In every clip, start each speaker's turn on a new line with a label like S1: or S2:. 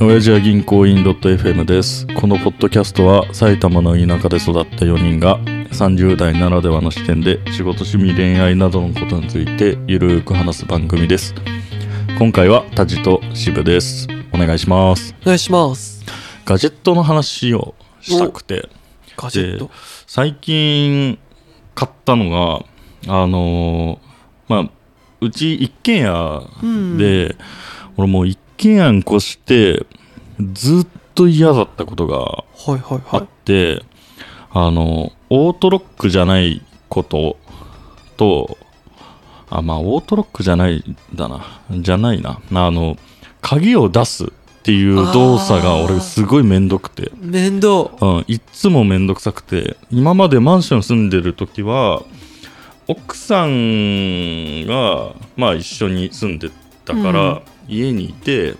S1: 親父は銀行員 .fm ですこのポッドキャストは埼玉の田舎で育った4人が30代ならではの視点で仕事趣味恋愛などのことについてゆるーく話す番組です今回はタジと渋ですお願いします
S2: お願いします。
S1: ガジェットの話をしたくて
S2: ガジェット。
S1: 最近買ったのがあのーまあうち一軒家
S2: うん
S1: で、俺もう一軒家に越してずっと嫌だったことが
S2: はいはい
S1: あ
S2: は
S1: って、あのオートロックじゃないこととあまあオートロックじゃないだなじゃないなあの鍵を出すっていう動作が俺すごいめんどくて
S2: い。面倒。
S1: うん、いっつもめんどくさくて今までマンション住んでる時は奥さんが、まあ、一緒に住んでたから、
S2: うん
S1: 家にいて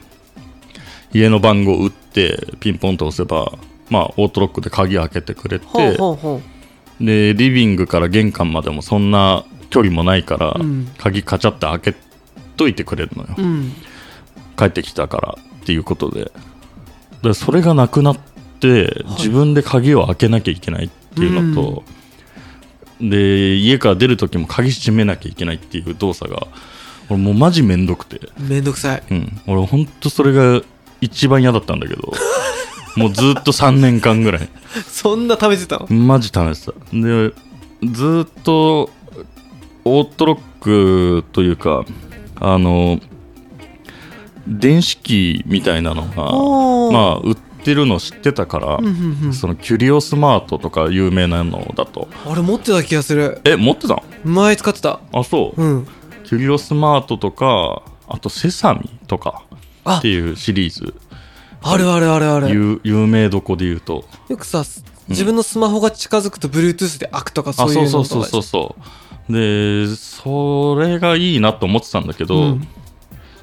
S1: 家の番号を打ってピンポンと押せば、まあ、オートロックで鍵開けてくれて
S2: ほうほうほ
S1: でリビングから玄関までもそんな距離もないから、
S2: う。うん。
S1: 鍵カチャって開けといてくれるのよ、
S2: うん。
S1: 帰ってきたからっていうことででそれがなくなって
S2: い
S1: 自分で鍵を開けなきゃいけないっていうのと、で家から出る時も鍵閉めなきゃいけないっていう動作が俺もうマジめんどくて、
S2: めんどくさい。
S1: うん、俺ほんとそれが一番嫌だったんだけどもうずっと3年間ぐらい
S2: そんな食べてたの
S1: マジ試したでずっとオートロックというかあの電子機みたいなの
S2: おー
S1: がまあ売ってるの知ってたから、
S2: うんうんうん。
S1: そのキュリオスマートとか有名なのだと
S2: あれ持ってた気がする。
S1: え持ってたの
S2: 前使ってた。
S1: あそう、
S2: うん。
S1: キュリオスマートとかあとセサミとか
S2: あ
S1: って、いうシリーズ
S2: あるあるあるある。
S1: 有有名どこで言うと
S2: よくさ、自分のスマホが近づくと Bluetooth で開くとかそういうの
S1: あそうそう
S2: とかでし
S1: そうそ
S2: ょ
S1: うでそれがいいなと思ってたんだけど、
S2: うん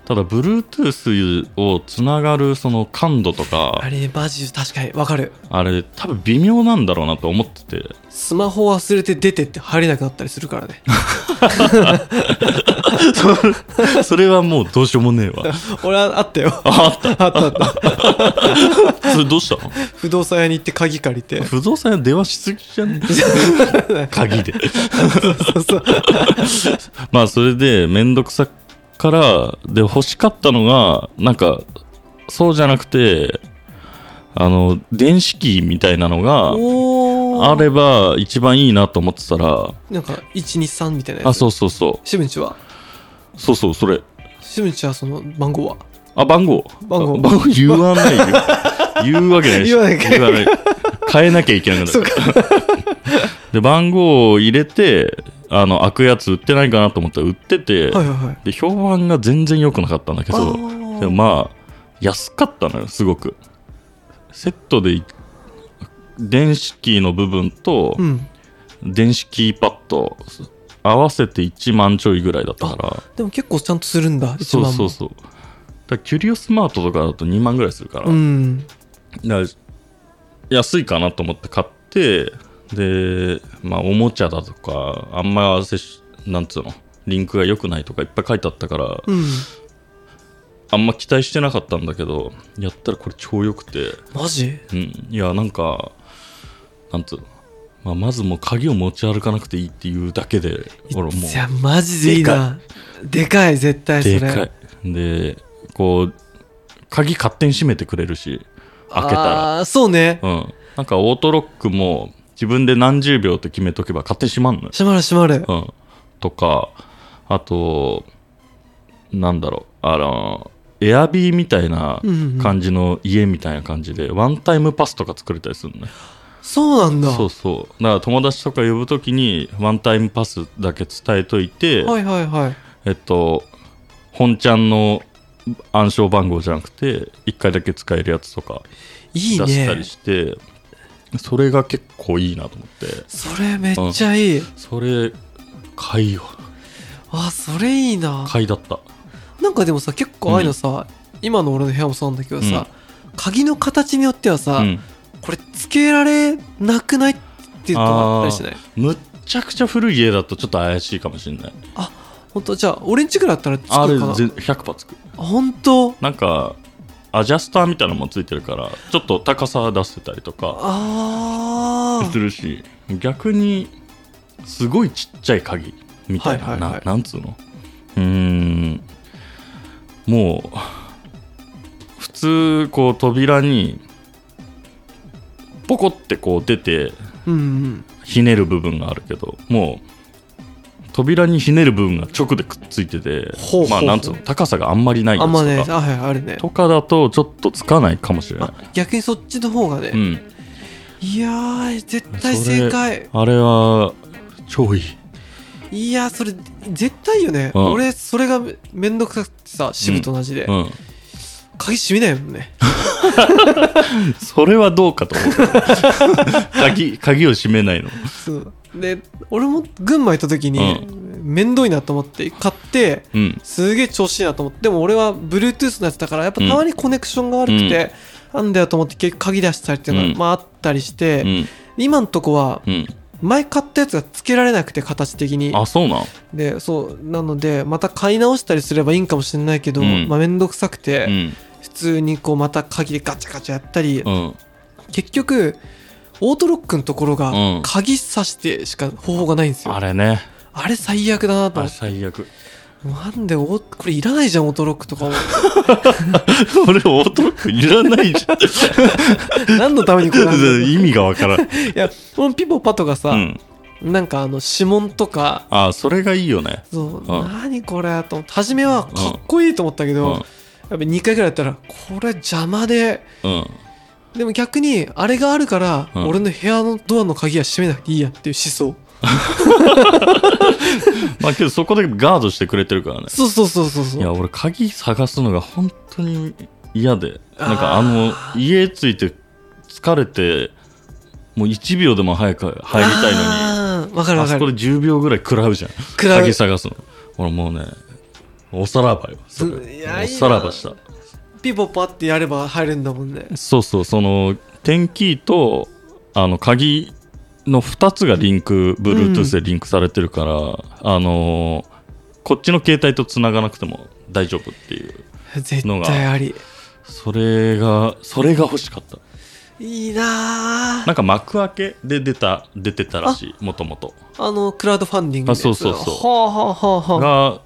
S1: ただ Bluetooth をつながるその感度と
S2: あ
S1: か
S2: れマジ確かにわかる。
S1: あれ多分微妙なんだろうなと思ってて
S2: スマホ忘れて出てって入れなくなったりするからね。
S1: それはもうどうしようもねえ わ
S2: 俺はあったよ。
S1: あ
S2: あったあった。
S1: それどうしたの
S2: 不動産屋に行って鍵借 りて。
S1: 不動産屋電話しすぎじゃ ね鍵で
S2: そうそう。
S1: まあそれで面倒くさからで欲しかったのがなんかそうじゃなくてあの電子機みたいなのが
S2: おー
S1: あれば一番いいなと思ってたら、
S2: なんか123みたいなやつ
S1: あ、そうそうそ
S2: シムンチは
S1: う。そうそう、それ。
S2: シムンチはその番号は
S1: あ、番号。
S2: 番号
S1: あ番号言わ ないよ。言うわけないでしょ
S2: 言わないか
S1: 言わない。変えなきゃいけなく
S2: そ
S1: な
S2: う
S1: る。で、番号を入れて、あの、開くやつ売ってないかなと思ったら売ってて、
S2: はいはいはい
S1: で、評判が全然良くなかったんだけ
S2: あ
S1: ど、
S2: ー
S1: でもまあ、安かったのよ、すごく。セットでい、電子キーの部分と、
S2: うん
S1: 電子キーパッド合わせて1万ちょいぐらいだったから
S2: でも結構ちゃんとするんだ一
S1: そ
S2: 番
S1: う
S2: も
S1: そうそうだからキュリオスマートとかだと2万ぐらいするから,、
S2: うん
S1: 安いかなと思って買ってでまあおもちゃだとかあんませしなんつうのリンクが良くないとかいっぱい書いてあったから
S2: うん
S1: あんま期待してなかったんだけどやったらこれ超良くて
S2: マジ
S1: うんいやなんかなんつうの、まあ、まずもう鍵を持ち歩かなくていいっていうだけで俺もう
S2: いやマジでいいなでかい絶対それ
S1: でかいでこう鍵勝手に閉めてくれるし開けたら
S2: あーそうね
S1: うんなんかオートロックも自分で何十秒って決めとけば勝手に閉まんのよ、
S2: 閉まる閉まる
S1: うん、とかあとなんだろうあのエアビーみたいな
S2: うんうん
S1: 感じの家みたいな感じでワンタイムパスとか作れたりするのね
S2: そうなんだ
S1: そうそうだから友達とか呼ぶときにワンタイムパスだけ伝えといて、
S2: はいはいはい
S1: えっと、本ちゃんの暗証番号じゃなくて、1回だけ使えるやつとか出
S2: い
S1: し
S2: い
S1: たり
S2: ね
S1: して、それが結構いいなと思って、
S2: それめっちゃいい
S1: それ、買いよ。
S2: あそれいいな
S1: 買いだった。
S2: なんかでもさ結構ああいうのさ今の俺の部屋もそうなんだけどさ鍵の形によってはさ
S1: うん、
S2: これつけられなくないっていうとあったりしない
S1: むっちゃくちゃ古い家だとちょっと怪しいかもしれない。
S2: 本当じゃあ俺んちぐらいだったらつく
S1: あれ、
S2: かな
S1: ぜ100%つく。
S2: 本当
S1: なんか、アジャスターみたいなのもついてるからちょっと高さ出せたりとか
S2: あ
S1: す
S2: ー
S1: るし逆にすごいちっちゃい鍵みたいな、
S2: はいはいはい
S1: ななんつうのうーんもう普通こう扉にポコってこう出て
S2: うんうん
S1: ひねる部分があるけどもう扉にひねる部分が直でくっついてて
S2: ほうほうほう
S1: まあなんつうの高さがあんまりないや
S2: あ
S1: つと
S2: ん
S1: か
S2: まねあはいあるね
S1: とかだとちょっとつかないかもしれない
S2: あ。逆にそっちの方がね、
S1: うん
S2: いやー絶対正解
S1: あれは超いい
S2: いやーそれ絶対よね、
S1: うん
S2: 俺それがめめんどくさくてさシブと同じで、
S1: うん
S2: 鍵閉めないも んね
S1: それはどうかと思うけど鍵鍵を閉めないの
S2: そうで俺も群馬行った時に、
S1: う
S2: 面倒いなと思って買って
S1: うん
S2: すげえ調子いいなと思ってでも俺は Bluetooth のやつだからやっぱたまにコネクションが悪くて、なんだよと思って結局鍵出したりっていうのが、
S1: うん
S2: まあ、あったりして、
S1: うん
S2: 今のとこは
S1: うん
S2: 前買ったやつがつけられなくて形的に
S1: あそうなん
S2: でそうなのでまた買い直したりすればいいんかもしれないけど、
S1: うん
S2: まあ、めんどくさくて、
S1: うん
S2: 普通にこうまた鍵でガチャガチャやったり、
S1: うん
S2: 結局オートロックのところが
S1: うん
S2: 鍵さしてしか方法がないんですよ、
S1: あ
S2: あれ
S1: れね
S2: 最悪だなと
S1: あれ
S2: 思って
S1: 最悪
S2: なんでおこれいらないじゃんオートロックとかも
S1: 俺オートロックいらないじゃ ん
S2: 何のためにこれなん だよい
S1: 意味がわからん
S2: やこのピポパとかさ、
S1: うん
S2: なんかあの指紋とか
S1: あそれがいいよね
S2: そう、
S1: ん
S2: 何これと思って初めはかっこいいと思ったけ
S1: う
S2: ど、
S1: ん
S2: やっぱ2回ぐらいやったらこれ邪魔で
S1: うん
S2: でも逆にあれがあるから、
S1: うん
S2: 俺の部屋のドアの鍵は閉めなくていいやっていう思想
S1: まあけどそこでガードしてくれてるからね
S2: そうそうそうそうそ
S1: いうや俺鍵探すのが本当に嫌でなんか
S2: あ
S1: あの
S2: ー
S1: 家着いて疲れてもう1秒でも早く入りたいのに
S2: あーわかる
S1: あ
S2: わか
S1: そこ
S2: る
S1: で10秒ぐらい食らうじゃん
S2: らう
S1: 鍵探すの俺もうねおさらばよそれ
S2: いやいい
S1: お
S2: な
S1: さらばした
S2: ピポパってやれば入るんだもんね
S1: そうそうその点キーとあの鍵の2つがリンク Bluetooth でリンクされてるから、あのーこっちの携帯と繋がなくても大丈夫っていう
S2: 絶
S1: のが
S2: 対あり
S1: それがそれが欲しかった
S2: いいな
S1: なん
S2: あ
S1: か幕開けで出た出てたらしいもともと
S2: あのクラウドファンディングのやつ
S1: あそうそうそう
S2: はあはあはあはあ
S1: が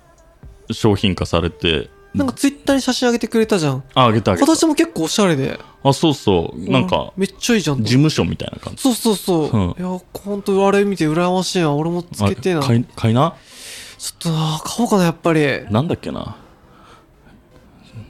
S1: 商品化されて
S2: なんかツイッターに写真上げてくれたじゃん
S1: ああげたあげた
S2: 形も結構おしゃれで
S1: あそうそうなんか
S2: うめっちゃいいじゃん
S1: 事務所みたいな感じ
S2: そうそうそう、
S1: うん
S2: いや本当あれ見て羨ましいな俺もつけてえな
S1: あ
S2: ちょ
S1: 買
S2: っ
S1: い買いな
S2: とな買おうかなやっぱり
S1: なんだっけな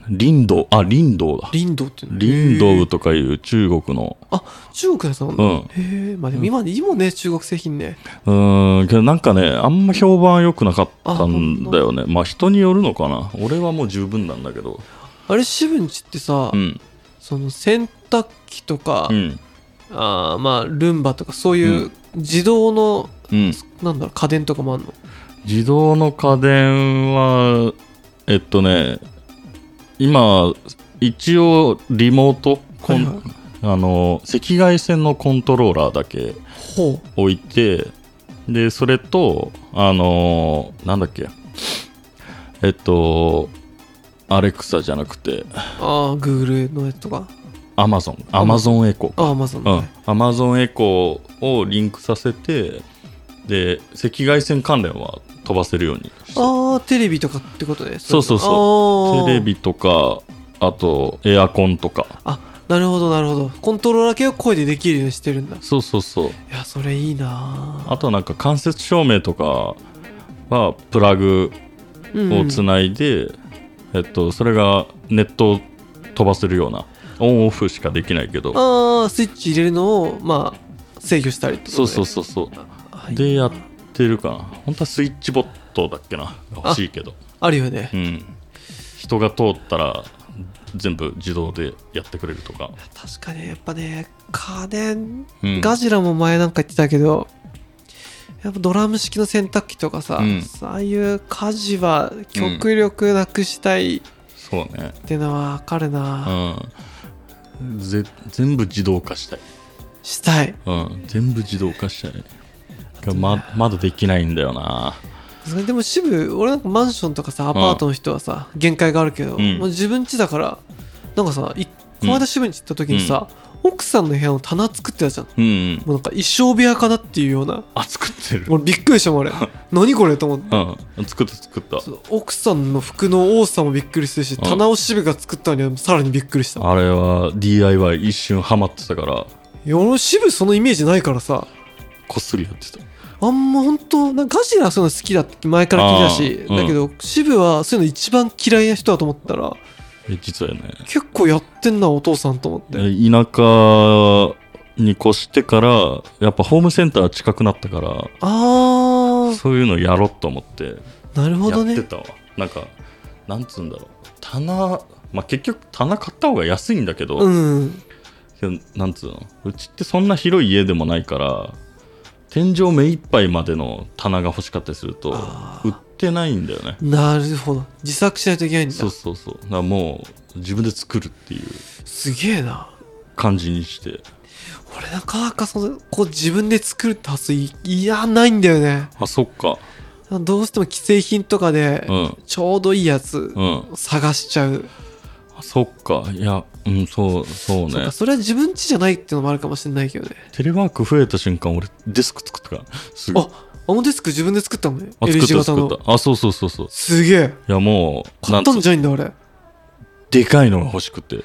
S1: リンドウあリンドウだ
S2: リンドウっていうの
S1: リンド
S2: へ
S1: ウ
S2: え
S1: とかいう中国の
S2: あ中国のやつなんだ、
S1: うん
S2: へえまあでも今いいもんね中国製品ね
S1: うーんけどなんかねあんま評判良くなかったんだよねまあ人によるのかな俺はもう十分なんだけど
S2: あれ渋んちってさ、
S1: うん
S2: その洗濯機とか、
S1: うん
S2: あーまあルンバとかそういう自動の、
S1: うん
S2: なんだろう家電とかもあるの
S1: 自動の家電はえっとね今一応リモートコン、
S2: はいはい
S1: あの赤外線のコントローラーだけ
S2: ほう
S1: 置いてでそれとあのなんだっけえっとアレクサじゃなくて
S2: ああグーグルのやつとか
S1: アマゾン
S2: あ
S1: アマゾンエコ
S2: ああまず、
S1: うんアマゾンエコをリンクさせてで赤外線関連は飛ばせるようにして
S2: ああテレビとかってことね
S1: そうそう
S2: そ
S1: テ
S2: れ
S1: レビとかあとエアコンとか
S2: あーあなるほどなるほどコントローラー系を声でできるようにしてるんだい
S1: そうそうそう
S2: やそれいいな
S1: あとなんか間接照明とかはプラグ
S2: うん
S1: をつないで、えっと、それがネットを飛ばせるようなオンオフしかできないけど
S2: ああスイッチ入れるのをまあ制御したりってこと
S1: そう
S2: ね
S1: そうそうそう
S2: あいいな
S1: でやってるかな本当はスイッチボットだっけな欲しいけど
S2: あるよね
S1: うん人が通ったら全部自動でやってくれるとか
S2: 確かにやっぱね家電、
S1: うん
S2: ガジラも前なんか言ってたけどやっぱドラム式の洗濯機とかさ、
S1: うん
S2: ああいう家事は極力なくしたいっ
S1: そうね
S2: てのは分かるな、
S1: うんぜ全部自動化したい
S2: したい
S1: うん、全部自動化したい。ままだできないんだよな。
S2: それでも支部俺なんかマンションとかさアパートの人はさ、限界があるけど、
S1: うん
S2: もう自分家だからなんかさいこの間渋谷に行った時にさ、奥さんの部屋の棚作ってたじゃんも
S1: うんうん
S2: うなんか衣装部屋かなっていうような
S1: あ作ってる
S2: 俺びっくりしたもん 俺何これと思って
S1: うん作った作った
S2: そう奥さんの服の多さもびっくりするし
S1: ん
S2: 棚を渋が作ったのにはさらにびっくりした
S1: あれは DIY 一瞬ハマってたから
S2: いや俺渋そのイメージないからさ
S1: こっそりやってた
S2: あんま本当なんかガジラはそういうの好きだって前から聞いてたし、
S1: あーうん
S2: だけど渋はそういうの一番嫌いな人だと思ったら
S1: え実はね
S2: 結構やってんなお父さんと思って、
S1: 田舎に越してからやっぱホームセンター近くなったから
S2: あ
S1: そういうのやろうと思って
S2: あなるほ
S1: や
S2: ど
S1: っ
S2: ね
S1: てたわ、なんかなんつうんだろう棚まあ結局棚買った方が安いんだけど、
S2: うん
S1: けどなんつうのうちってそんな広い家でもないから天井目いっぱいまでの棚が欲しかったりすると
S2: あ
S1: 売ってないんだよね
S2: なるほど自作しないといけないんだ
S1: そうそうそうだからもう自分で作るっていう
S2: すげえな
S1: 感じにして
S2: 俺なかなかそのこう自分で作るって発想いいやないんだよね
S1: あそっか
S2: どうしても既製品とかで
S1: うん
S2: ちょうどいいやつ
S1: うん
S2: 探しちゃう、
S1: あそっかいやうんそうそう
S2: そう
S1: ね
S2: かそれは自分家じゃないっていうのもあるかもしれないけどね
S1: テレワーク増えた瞬間俺デスク作ったからすごい
S2: ああのデスク自分で作ったのね
S1: あ
S2: L
S1: 作っ
S2: 字
S1: た
S2: 型
S1: 作っ
S2: の
S1: たあそうそうそうそう
S2: すげえ
S1: いやもう
S2: 買った
S1: なんんつ
S2: じゃないんだ俺
S1: でかいのが欲しくてい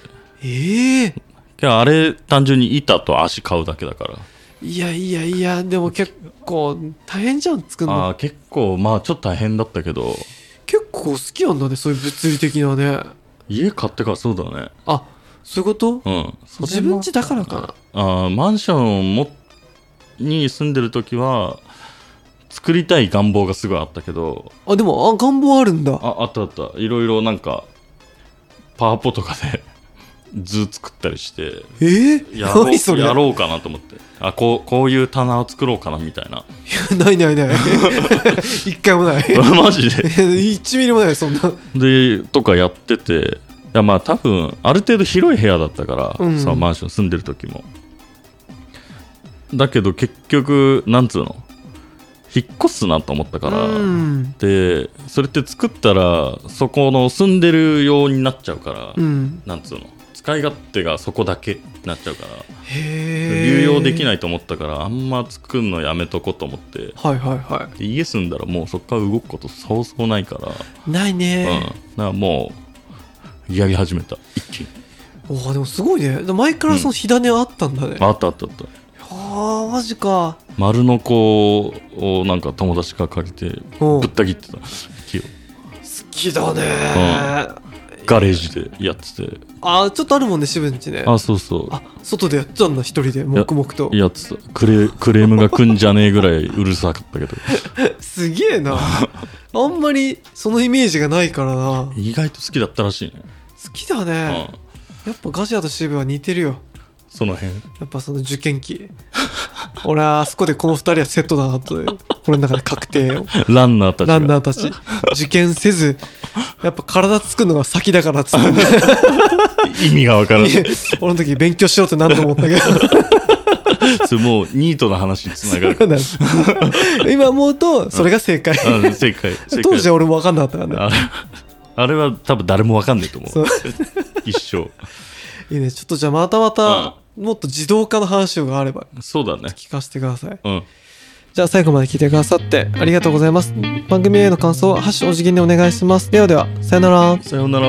S2: ええ
S1: やあれ単純に板と足買うだけだから
S2: いやいやいやでも結構大変じゃん作る
S1: あ
S2: の
S1: ー結構まあちょっと大変だったけど
S2: 結構好きなんだねそういう物理的なね
S1: 家買ってからそうだね
S2: あそういうこと
S1: うんそれも
S2: 自分家だからかな
S1: あーマンションもに住んでる時は作りたい願望がすごいあったけど
S2: あでもあ願望あるんだ
S1: ああったあったいろいろなんかパワポとかで 図作ったりして
S2: えー、
S1: やろ
S2: 何そうれ
S1: やろうかなと思ってあこうこういう棚を作ろうかなみたいな
S2: ないないない一回もない
S1: マジで
S2: 1ミリもないそんな
S1: でとかやってていやまあ多分ある程度広い部屋だったから、
S2: うん
S1: そのマンション住んでる時もだけど結局なんつうの引っ越すなと思ったから、
S2: うん
S1: でそれって作ったらそこの住んでるようになっちゃうから、
S2: うん
S1: なんつうの使い勝手がそこだけになっちゃうから、
S2: へえ
S1: 流用できないいと思ったからあんま作るのやめとこうと思って
S2: はいはいは
S1: で家住んだらもうそこから動くことそうそうないから
S2: いない
S1: うん、
S2: ね
S1: だからもうやり始めた一気に
S2: おーでもすごいねで前からその火種はあったんだね、
S1: あったあったあった
S2: ああマジか
S1: 丸の子をなんか友達から借りて
S2: お
S1: ぶ
S2: う
S1: った切ってた木を
S2: 好きだね
S1: ガレージでやってて
S2: あーちょっとあるもんね渋んちね
S1: あそうそう
S2: あ外でやっちゃうんだ一人で黙々と
S1: やってたクレクレームが来んじゃねえぐらいうるさかったけど
S2: すげえなあんまりそのイメージがないからな
S1: 意外と好きだったらしいね、
S2: 好きだね
S1: うん
S2: やっぱガジラと渋は似てるよ
S1: その辺
S2: やっぱその受験期俺はあそこでこの二人はセットだなと俺の中で 確定よ
S1: ランナーたちが
S2: ランナーたち受験せずやっぱ体作るのが先だからっつって
S1: 意味がわからない
S2: 俺の時勉強しようって何度も思ったけど
S1: それもうニートの話につながる
S2: そうなんです 今思うとそれが正解
S1: あ正解正解
S2: 当時は俺も分かんなかったからね
S1: あれあれは多分誰もわかんないと思
S2: そう
S1: う一生
S2: いいねちょっとじゃあまたまたもっと自動化の話があれば
S1: そうだね
S2: 聞かせてください
S1: うん
S2: じゃあ最後まで聞いてくださってありがとうございます番組への感想は「ハッシュお辞儀」でお願いしますではではさよなら
S1: さようなら